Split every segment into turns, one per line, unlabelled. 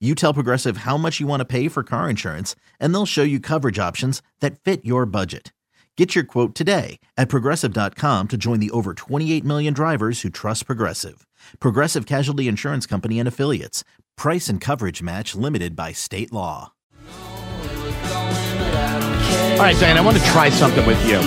You tell Progressive how much you want to pay for car insurance, and they'll show you coverage options that fit your budget. Get your quote today at progressive.com to join the over 28 million drivers who trust Progressive. Progressive Casualty Insurance Company and Affiliates. Price and coverage match limited by state law.
All right, Diane, I want to try something with you.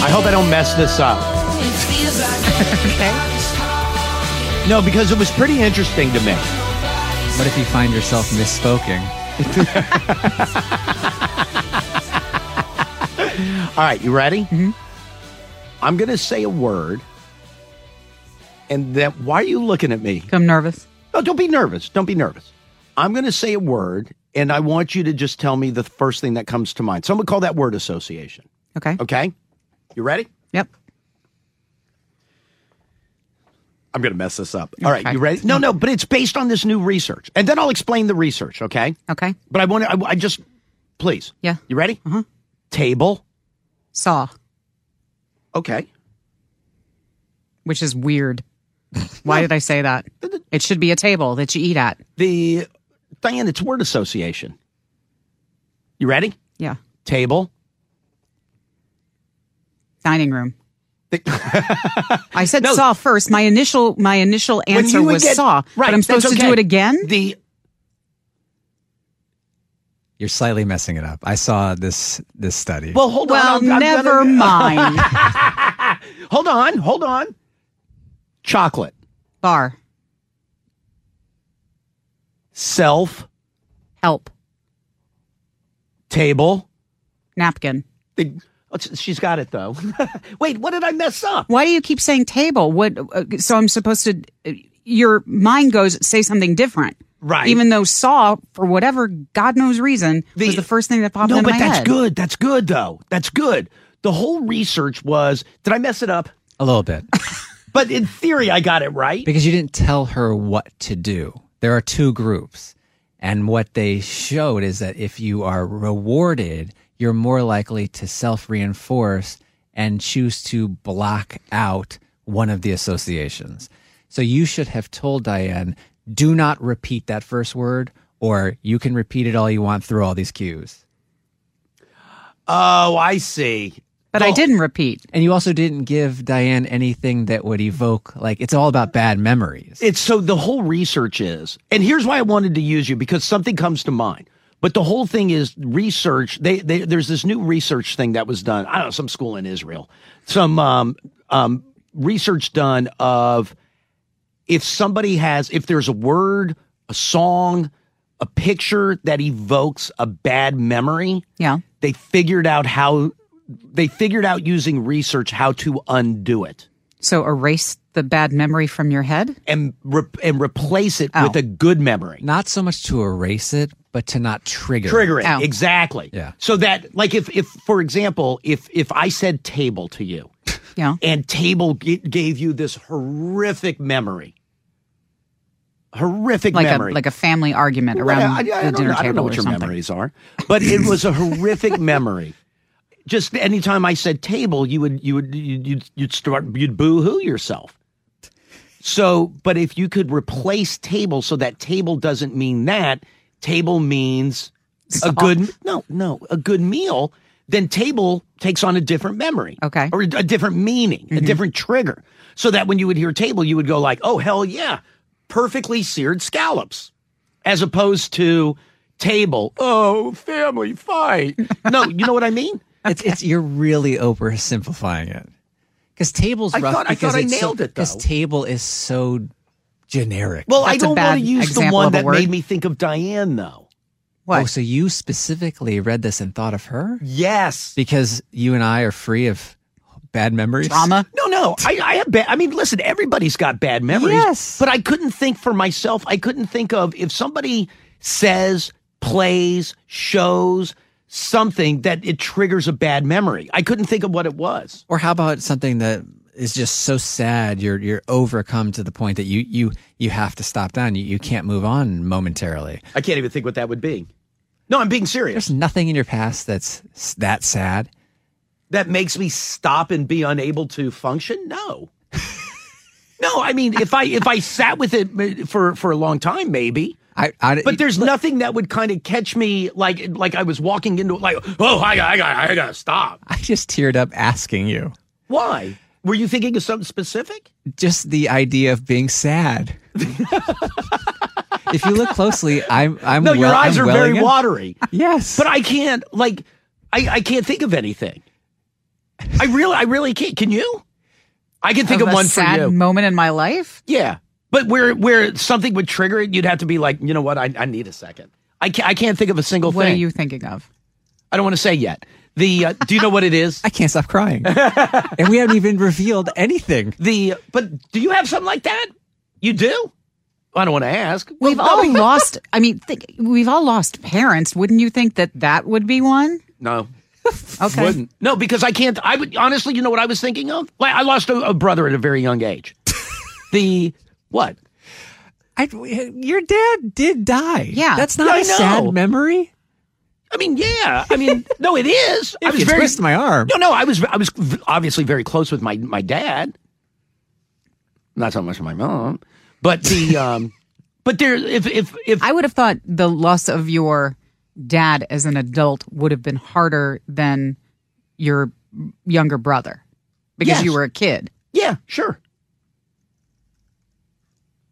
I hope I don't mess this up. No, because it was pretty interesting to me.
What if you find yourself misspoken?
All right, you ready? I'm going to say a word. And then, why are you looking at me?
I'm nervous.
No, don't be nervous. Don't be nervous. I'm going to say a word, and I want you to just tell me the first thing that comes to mind. Some would call that word association.
Okay.
Okay? You ready?
Yep.
I'm going to mess this up. All right,
Okay.
you ready? No, no, but it's based on this new research. And then I'll explain the research, okay?
Okay.
But I want to, I, I just, please.
Yeah.
You ready?
Mm-hmm.
Uh-huh. Table.
Saw,
Okay.
which is weird. Why did I say that? It should be a table that you eat at.
The, Diane, it's word association. You ready?
Yeah.
Table.
Dining room.
The-
I said
No.
saw first. My initial my initial
When
answer
you would
was
get-
saw. But I'm
that's
supposed to
okay.
do it again?
The
You're slightly messing it up. I saw this this study.
well, hold
well,
on. I'm- I'm
never
gonna-
mind.
Hold on, hold on. Chocolate,
Bar.
self,
Help.
table.
Napkin.
The, oh, sh- she's got it though. Wait, what did I mess up?
Why do you keep saying table? What uh, so I'm supposed to uh, your mind goes say something different.
Right.
Even though saw for whatever god knows reason
The-
was the first thing that popped
no,
into
but
my
that's
head.
good. That's good though. That's good. The whole research was. Did I mess it up?
a little bit.
But in theory, I got it right.
Because you didn't tell her what to do. There are two groups. And what they showed is that if you are rewarded, you're more likely to self reinforce and choose to block out one of the associations. So you should have told Diane, do not repeat that first word, or you can repeat it all you want through all these cues.
Oh, I see.
But I didn't repeat.
And you also didn't give Diane anything that would evoke, like, it's all about bad memories.
It's so the whole research is, and here's why I wanted to use you because something comes to mind. But the whole thing is research. They, they there's this new research thing that was done. I don't know some school in Israel, some um, um, research done of if somebody has if there's a word, a song, a picture that evokes a bad memory.
Yeah.
They figured out how they figured out using research how to undo it.
So erase the bad memory from your head?
and re- and replace it
Ow.
with a good memory.
not so much to erase it, but to not trigger.
Trigger it
Ow.
exactly.
Yeah.
So that like if if for example if if I said table to you
Yeah.
and table g- gave you this horrific memory, horrific
Like
memory.
a like a family argument
Well,
around
I, I, I
the
don't,
dinner
know- I don't know
table
what
or
your
something.
memories are, but it was a horrific memory. Just anytime I said table, you would you would you'd you'd- you'd start you'd boo hoo yourself. So, but if you could replace table so that table doesn't mean that, table means a good no no a good meal. Then table takes on a different memory,
Okay. Mm-hmm.
or a, a different meaning, a different trigger. So that when you would hear table, you would go like, "Oh hell yeah, perfectly seared scallops," as opposed to table. Oh, family fight. no, you know what I mean.
It's, it's you're really oversimplifying it. Because table's
I
rough.
thought- I
because
thought I
it's so-
nailed it, though.
Because table is so generic.
Well,
That's
I
a
don't want
bad
to use the
example
one
of a
that
word.
made me think of Diane, though.
What?
Oh, so you specifically read this and thought of her
Yes.
because you and I are free of bad memories.
Drama.
No, no. I, I have bad. I mean, listen. Everybody's got bad memories.
Yes.
But I couldn't think for myself. I couldn't think of if somebody says, plays, shows something that it triggers a bad memory. I couldn't think of what it was.
Or how about something that is just so sad you're you're overcome to the point that you you you have to stop down. You you can't move on momentarily.
I can't even think what that would be. No, I'm being serious.
There's nothing in your past that's s- that sad.
that makes me stop and be unable to function? No. no, I mean, if I if I sat with it uh, for for a long time, maybe.
I, I
But there's nothing that would kind of catch me like like I was walking into like oh I got I got I gotta stop.
I just teared up asking you.
Why? Were you thinking of something specific?
Just the idea of being sad. if you look closely, I'm I'm
No, your
well-
eyes
I'm
are
welling
very
up.
watery.
Yes.
But I can't like I I can't think of anything. I really I really can't. Can you? I can think of,
a
one
sad
for you.
moment in my life.
Yeah, but where where something would trigger it, you'd have to be like, you know what? I, I need a second. I can't, I can't think of a single
What
thing.
are you thinking of?
I don't want to say yet. The uh, do you know what it is?
I can't stop crying. and we haven't even revealed anything.
The but do you have something like that? You do. I don't want to ask.
We've
Well,
all
no,
lost. I mean, th- we've all lost parents. Wouldn't you think that that would be one?
no.
Okay.
Wouldn't. No, because I can't. I would honestly. You know what I was thinking of? Like I lost a, a brother at a very young age. the what?
I, your dad did die.
Yeah.
That's not
I
a sad
know.
memory.
I mean, yeah. I mean, no, it is. I
If
was
you
very
twist my arm.
No, no, I was I was obviously very close with my my dad. Not so much my mom, but the um, but there if if if
I would have thought the loss of your dad as an adult would have been harder than your younger brother because
Yes.
you were a kid.
yeah sure.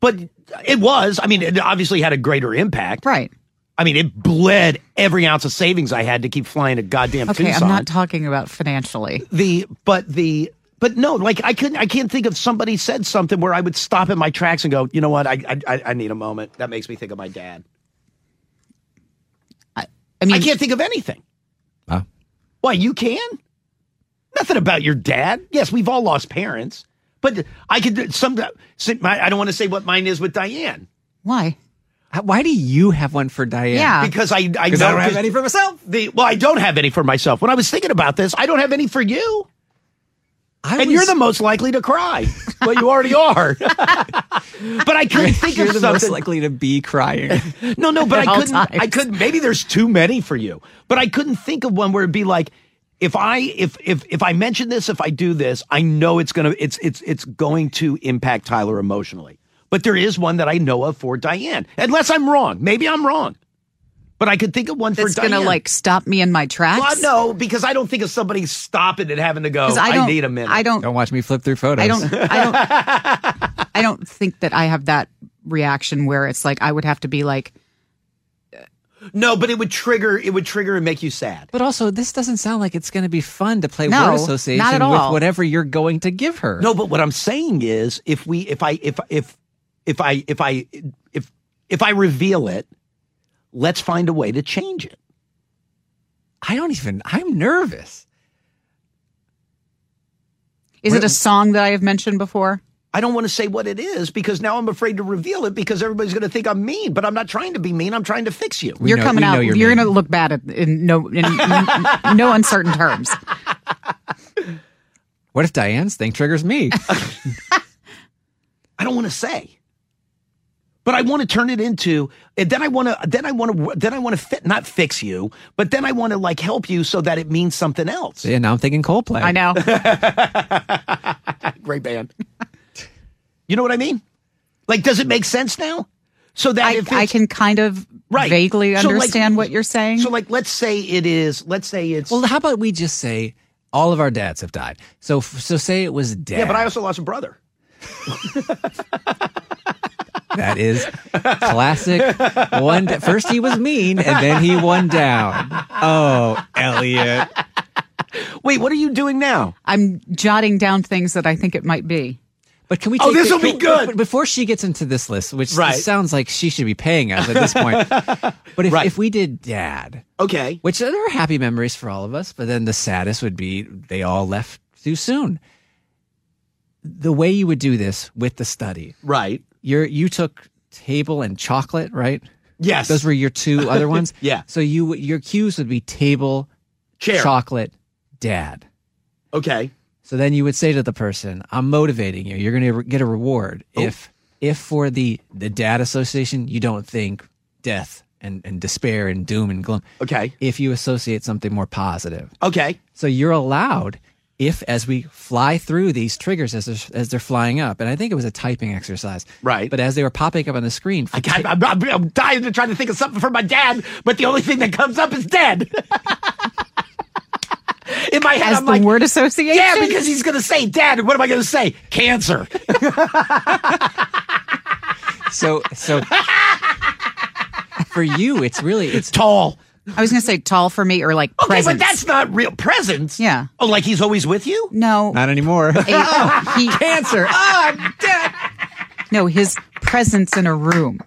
But it was. I mean, it obviously had a greater impact.
Right.
I mean, it bled every ounce of savings I had to keep flying a goddamn
Okay,
Tucson.
I'm not talking about financially.
the but the but no, like I couldn't. I can't think of somebody said something where I would stop in my tracks and go, you know what? I I- I, I need a moment. That makes me think of my dad.
I mean,
I can't think of anything.
Wow.
Why you can? Nothing about your dad. Yes, we've all lost parents, but I could some. some- I don't want to say what mine is with Diane
why?
Why do you have one for Diane?
Yeah.
because I I,
Because
know
I don't have any for myself.
The, well, I don't have any for myself. When I was thinking about this, I don't have any for you,
I
and
was-
you're the most likely to cry. well, you already are. but I couldn't think
you're
of
the most
something.
likely to be crying.
No, no, but
At
I
all
couldn't. I
times.
couldn't. Maybe there's too many for you, but I couldn't think of one where it'd be like, if I if if if I mention this, if I do this, I know it's gonna it's it's it's going to impact Tyler emotionally. But there is one that I know of for Diane, unless I'm wrong. Maybe I'm wrong, but I could think of one
That's
for Diane.
gonna like stop me in my tracks.
Well, no, because I don't think of somebody stopping and having to go.
'Cause
I,
don't,
need a minute.
I don't.
don't watch me flip through photos.
I don't. I don't. I don't think that I have that reaction where it's like I would have to be like,
No, but it would trigger. It would trigger and make you sad.
But also, this doesn't sound like it's going to be fun to play
No,
word association
not at all.
with whatever you're going to give her.
No, but what I'm saying is, if we, if I, if if if I, if I, if if I reveal it, let's find a way to change it.
I don't even. I'm nervous.
is it a song that I have mentioned before?
I don't want to say what it is because now I'm afraid to reveal it because everybody's going to think I'm mean. But I'm not trying to be mean. I'm trying to fix you.
We
you're
know-
coming
we know
out.
you're
You're,
mean.
going to look bad at, in no in, n- no uncertain terms.
What if Diane's thing triggers me?
I don't want to say. But I want to turn it into, and then I want to, then I want to, then I want to fit, not fix you, but then I want to like help you so that it means something else.
yeah, now I'm thinking Coldplay.
I know.
Great band. you know what I mean? Like, does it make sense now? So that
I,
if
I
it's-
can kind of
Right.
vaguely
So, like-
understand what you're saying.
So, like, let's say it is. Let's say it's.
Well, how about we just say all of our dads have died? So, so say it was dad.
yeah, but I also lost a brother.
That is classic. One first he was mean, and then he won down. Oh, Elliot.
Wait, what are you doing now?
I'm jotting down things that I think it might be.
But can we?
Oh,
take
this'll
the-
be good!
but Before she gets into this list, which
Right.
sounds like she should be paying us at this point. but if,
Right.
if we did Dad,
Okay.
which there are happy memories for all of us, but then the saddest would be they all left too soon. The way you would do this with the study,
Right.
you you took table and chocolate, right?
Yes.
Those were your two other ones.
Yeah.
So you your cues would be table,
Chair.
chocolate, dad.
Okay.
So then you would say to the person, "I'm motivating you. You're going to get a reward
Oh.
if if for the the dad association you don't think death and and despair and doom and gloom.
Okay.
If you associate something more positive,
Okay.
so you're allowed." If as we fly through these triggers as they're, as they're flying up, and I think it was a typing exercise,
Right.
But as they were popping up on the screen, for
I got, I'm, I'm, I'm dying to try to think of something for my dad, but the only thing that comes up is dead. In my head,
As
I'm
the
like,
word association.
yeah, because he's going to say dad. And what am I going to say? Cancer.
So so for you, it's really it's
Tall.
I was going to say tall for me or like
Okay,
presence.
but that's not real. Presence?
Yeah.
Oh, like he's always with you?
no.
not anymore.
a- he-
Cancer. Oh, I'm dead.
no, his presence in a room.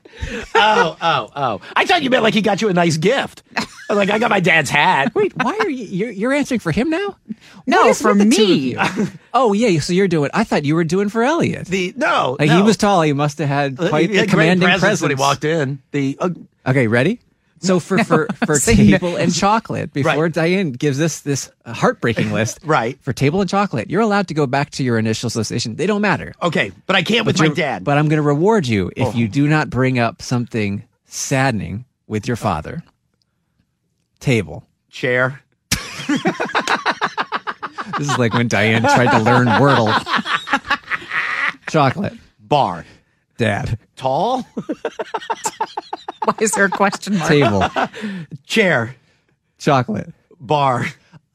oh, oh, oh. I thought you meant like he got you a nice gift. Like, I got my dad's hat.
Wait, why are you you're, you're answering for him now?
No,
What is
for
with the two of
me.
you? oh yeah, so you're doing. I thought you were doing for Elliot.
The, no.
like
no. Uh,
he was tall, he must have had
He
quite the
had great
commanding presence.
when he walked in. The uh,
Okay, ready? So for for for
say
table and chocolate, before
Right.
Diane gives us this heartbreaking list,
Right.
For table and chocolate, you're allowed to go back to your initial association. They don't matter.
okay, but I can't with my dad.
But I'm going to reward you
Oh.
if you do not bring up something saddening with your father. Table.
chair.
This is like when Diane tried to learn Wordle. Chocolate.
bar.
Dad.
Tall
Why is there a question mark?
Table.
chair
Chocolate.
bar.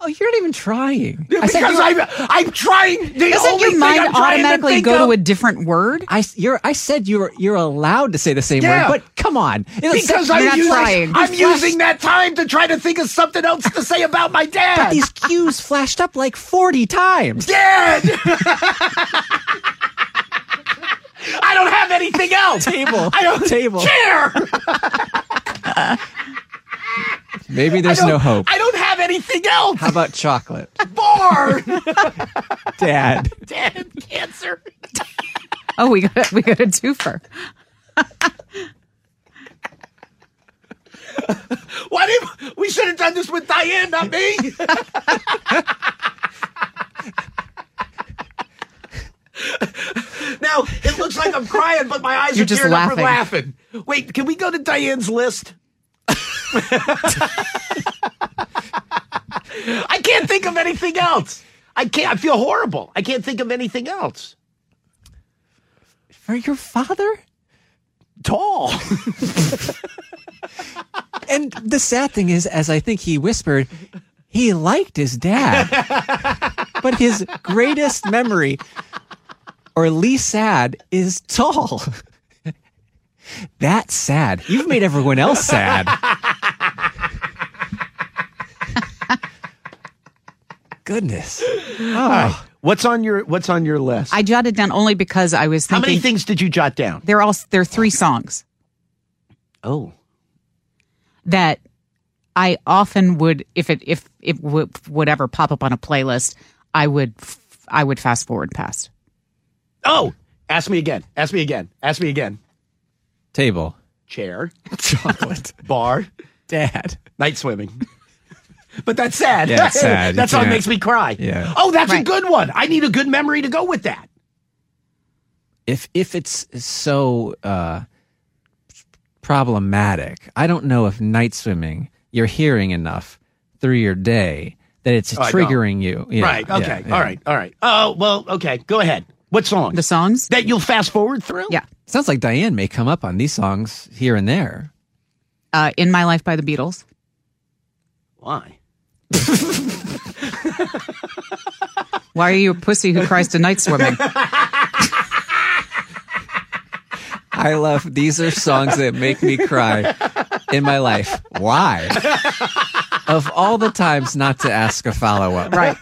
Oh, you're not even trying. I
Because
said you-
I'm, I'm trying. The
Doesn't
only
your
thing
mind
I'm trying
automatically
think
go
of-
to a different word?
I, you're, I said you're you're allowed to say the same
Yeah.
word, but come on. It'll
Because
say-
You're
I'm
not
using,
trying.
I'm using that time to try to think of something else to say about my dad.
these cues flashed up like 40 times.
Dad. I don't have anything else.
Table.
I don't
Table.
chair.
Maybe
I
there's
don't-
no hope.
I don't have anything else.
How about chocolate?
bar.
Dad.
Dad, cancer.
Oh, we got we got a twofer.
Why did we should have done this with Diane, not me? now it looks like I'm crying, but my eyes
You're
are
just
tearing up from laughing. Wait, can we go to Diane's list? I can't think of anything else. I can't. I feel horrible. I can't think of anything else.
For your father?
Tall.
And the sad thing is, as I think he whispered, he liked his dad. but his greatest memory, or least sad, is tall. That's sad. You've made everyone else sad. Goodness. Oh,
What's on your What's on your list?
I jotted down only because I was
How
thinking
many things did you jot down?
they're all they're three songs
Oh.
that I often would if it if it would would ever pop up on a playlist, I would f- I would fast forward past.
Oh, ask me again. Ask me again. Ask me again.
table.
Chair,
Chocolate.
bar,
Dad.
night swimming. But that's sad.
Yeah, it's sad. You
that song
can't-
makes me cry.
Yeah.
Oh, that's a
Right.
good one. I need a good memory to go with that.
if if it's so uh, problematic, I don't know if night swimming you're hearing enough through your day that it's
Oh, I don't.
triggering you. Yeah,
right.
yeah,
Okay.
yeah.
All right. All right. Oh, well, okay. Go ahead. What song?
The songs?
that you'll fast forward through?
Yeah.
Sounds like Diane may come up on these songs here and there.
Uh, In My Life by the Beatles.
Why?
Why are you a pussy who cries to night swimming?
I love these are songs that make me cry in my life. Why? of all the times not to ask a follow up.
Right.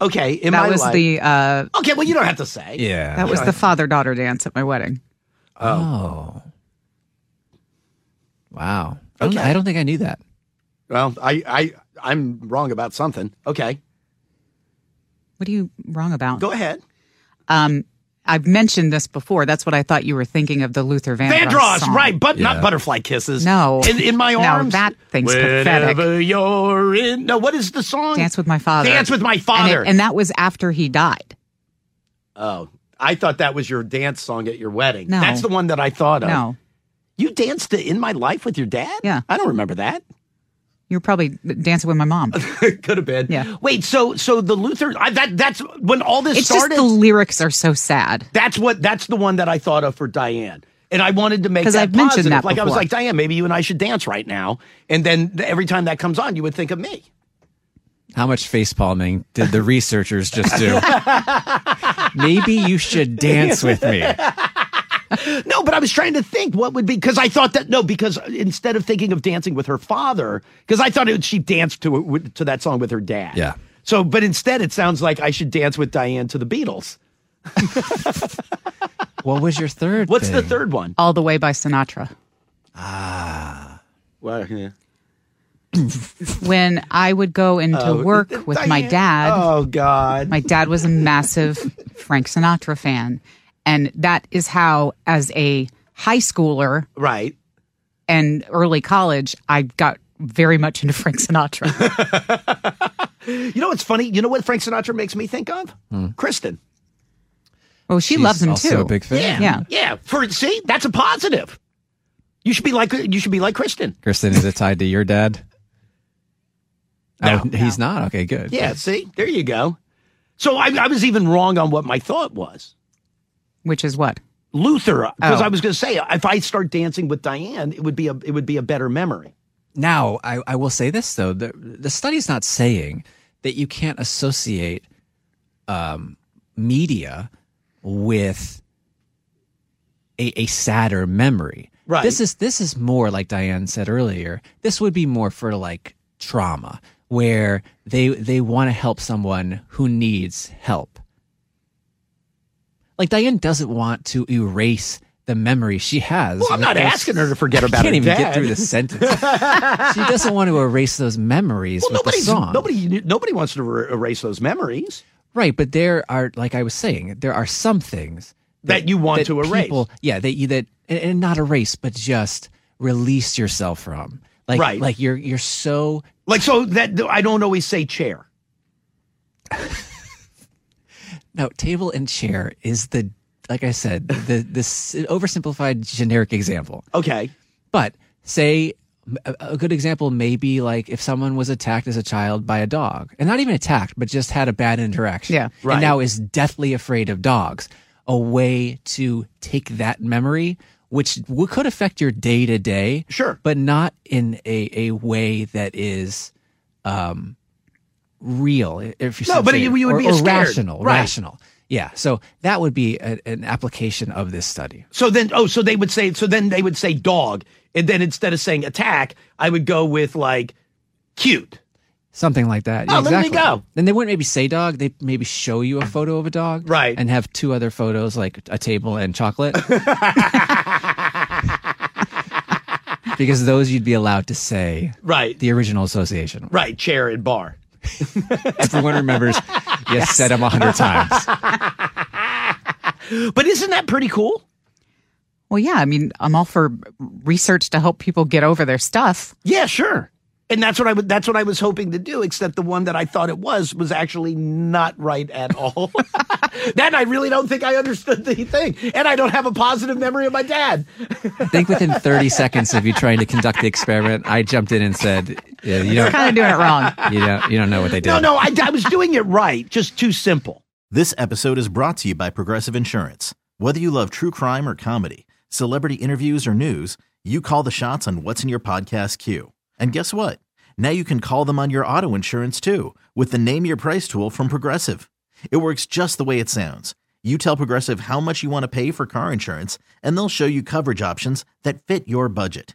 Okay, in
that
my
was
life-
the uh,
Okay, well, you don't have to say.
Yeah.
that was the father daughter dance at my wedding.
oh. Wow. I don't,
Okay.
I don't think I knew that.
Well, I, I, I'm wrong about something. Okay,
What are you wrong about?
go ahead.
Um, I've mentioned this before. That's what I thought you were thinking of the Luther Vandross.
Vandross,
song.
right? But not
Yeah.
butterfly kisses.
No.
in, in my
No,
arms.
that thing's
Whenever
pathetic.
you're in. No, what is the song?
Dance with my father.
Dance with my
And, it-
father.
and that was after he died.
oh, I thought that was your dance song at your wedding.
No.
that's the one that I thought of.
No,
You danced to "In My Life" with your dad.
Yeah.
I don't remember that.
you were probably dancing with my mom.
Could have been.
Yeah.
Wait. So, so the Luther. I, that that's when all this
It's
started.
just the lyrics are so sad.
That's what. That's the one that I thought of for Diane, and I wanted to make
'Cause
that
I've mentioned
positive.
that
like I was
before.
like Diane, maybe you and I should dance right now, and then th- every time that comes on, you would think of me.
How much face palming did the researchers just do? Maybe you should dance with me.
No, but I was trying to think what would be because I thought that no, because instead of thinking of dancing with her father, because I thought it, she danced to it with- to that song with her dad.
Yeah.
So, but instead, it sounds like I should dance with Diane to the Beatles.
What was your third?
What's the
thing?
third one?
All the way by Sinatra.
Well, yeah.
When I would go into work with my
Oh, Diane-
dad,
Oh God.
my dad was a massive Frank Sinatra fan. And that is how, as a high schooler
Right.
and early college, I got very much into Frank Sinatra.
You know what's funny? You know what Frank Sinatra makes me think of? Kristen.
Well, she
She's
loves him
also
too.
a big fan.
Yeah.
Yeah. For see, that's a positive. You should be like you should be like Kristen.
Kristen, is it tied to your dad?
No.
oh, he's not. Okay, good.
Yeah. See, there you go. So I, I was even wrong on what my thought was.
Which is what?
Luther, because
Oh.
I was going to say if I start dancing with Diane, it would be a it would be a better memory.
Now, I, I will say this though: the, the study's not saying that you can't associate um, media with a, a sadder memory.
Right.
This is this is more like Diane said earlier. This would be more for like trauma, where they they want to help someone who needs help. Like Diane doesn't want to erase the memory she has.
Well, I'm
with
not
those-
asking her to forget about
I can't
her
even
dad.
get through this sentence. she doesn't want to erase those memories
Well,
with the
nobody's,
song.
nobody nobody wants to er- erase those memories.
Right, but there are, like I was saying, there are some things
That you want to erase.
People, yeah, that you that and, and not erase, but just release yourself from. Like,
Right.
like you're you're so
Like so that I don't always say chair.
no table and chair is the like I said the this oversimplified generic example.
Okay.
But say a, a good example may be like if someone was attacked as a child by a dog, and not even attacked, but just had a bad interaction.
Yeah.
Right.
And now is deathly afraid of dogs. A way to take that memory, which w- could affect your day to day,
Sure.
but not in a, a way that is um, real. i- If you're
No, but you- you would
or,
be
or
scared.
rational,
Right.
rational. Yeah. So that would be a, an application of this study.
So then, oh, so they would say, so then they would say dog, and then instead of saying attack, I would go with like cute.
Something like that.
Oh, let me go.
Then they wouldn't maybe say dog. They maybe show you a photo of a dog,
Right.
And have two other photos, like a table and chocolate, because those you'd be allowed to say
Right,
the original association.
right, chair and bar.
Everyone remembers. Yes, said them a hundred times.
But isn't that pretty cool?
Well, yeah. I mean, I'm all for research to help people get over their stuff.
Yeah, sure. And that's what I would. That's what I was hoping to do. Except the one that I thought it was was actually not right at all. that I really don't think I understood the thing, and I don't have a positive memory of my dad.
I think within thirty seconds of you trying to conduct the experiment, I jumped in and said, yeah, "You don't,
Kind of doing it wrong.
you don't, you don't know what they did."
No, no, I, I was doing it right, just too simple.
This episode is brought to you by Progressive Insurance. Whether you love true crime or comedy, celebrity interviews or news, you call the shots on what's in your podcast queue. And guess what? Now you can call them on your auto insurance too with the Name Your Price tool from Progressive. It works just the way it sounds. You tell Progressive how much you want to pay for car insurance, and they'll show you coverage options that fit your budget.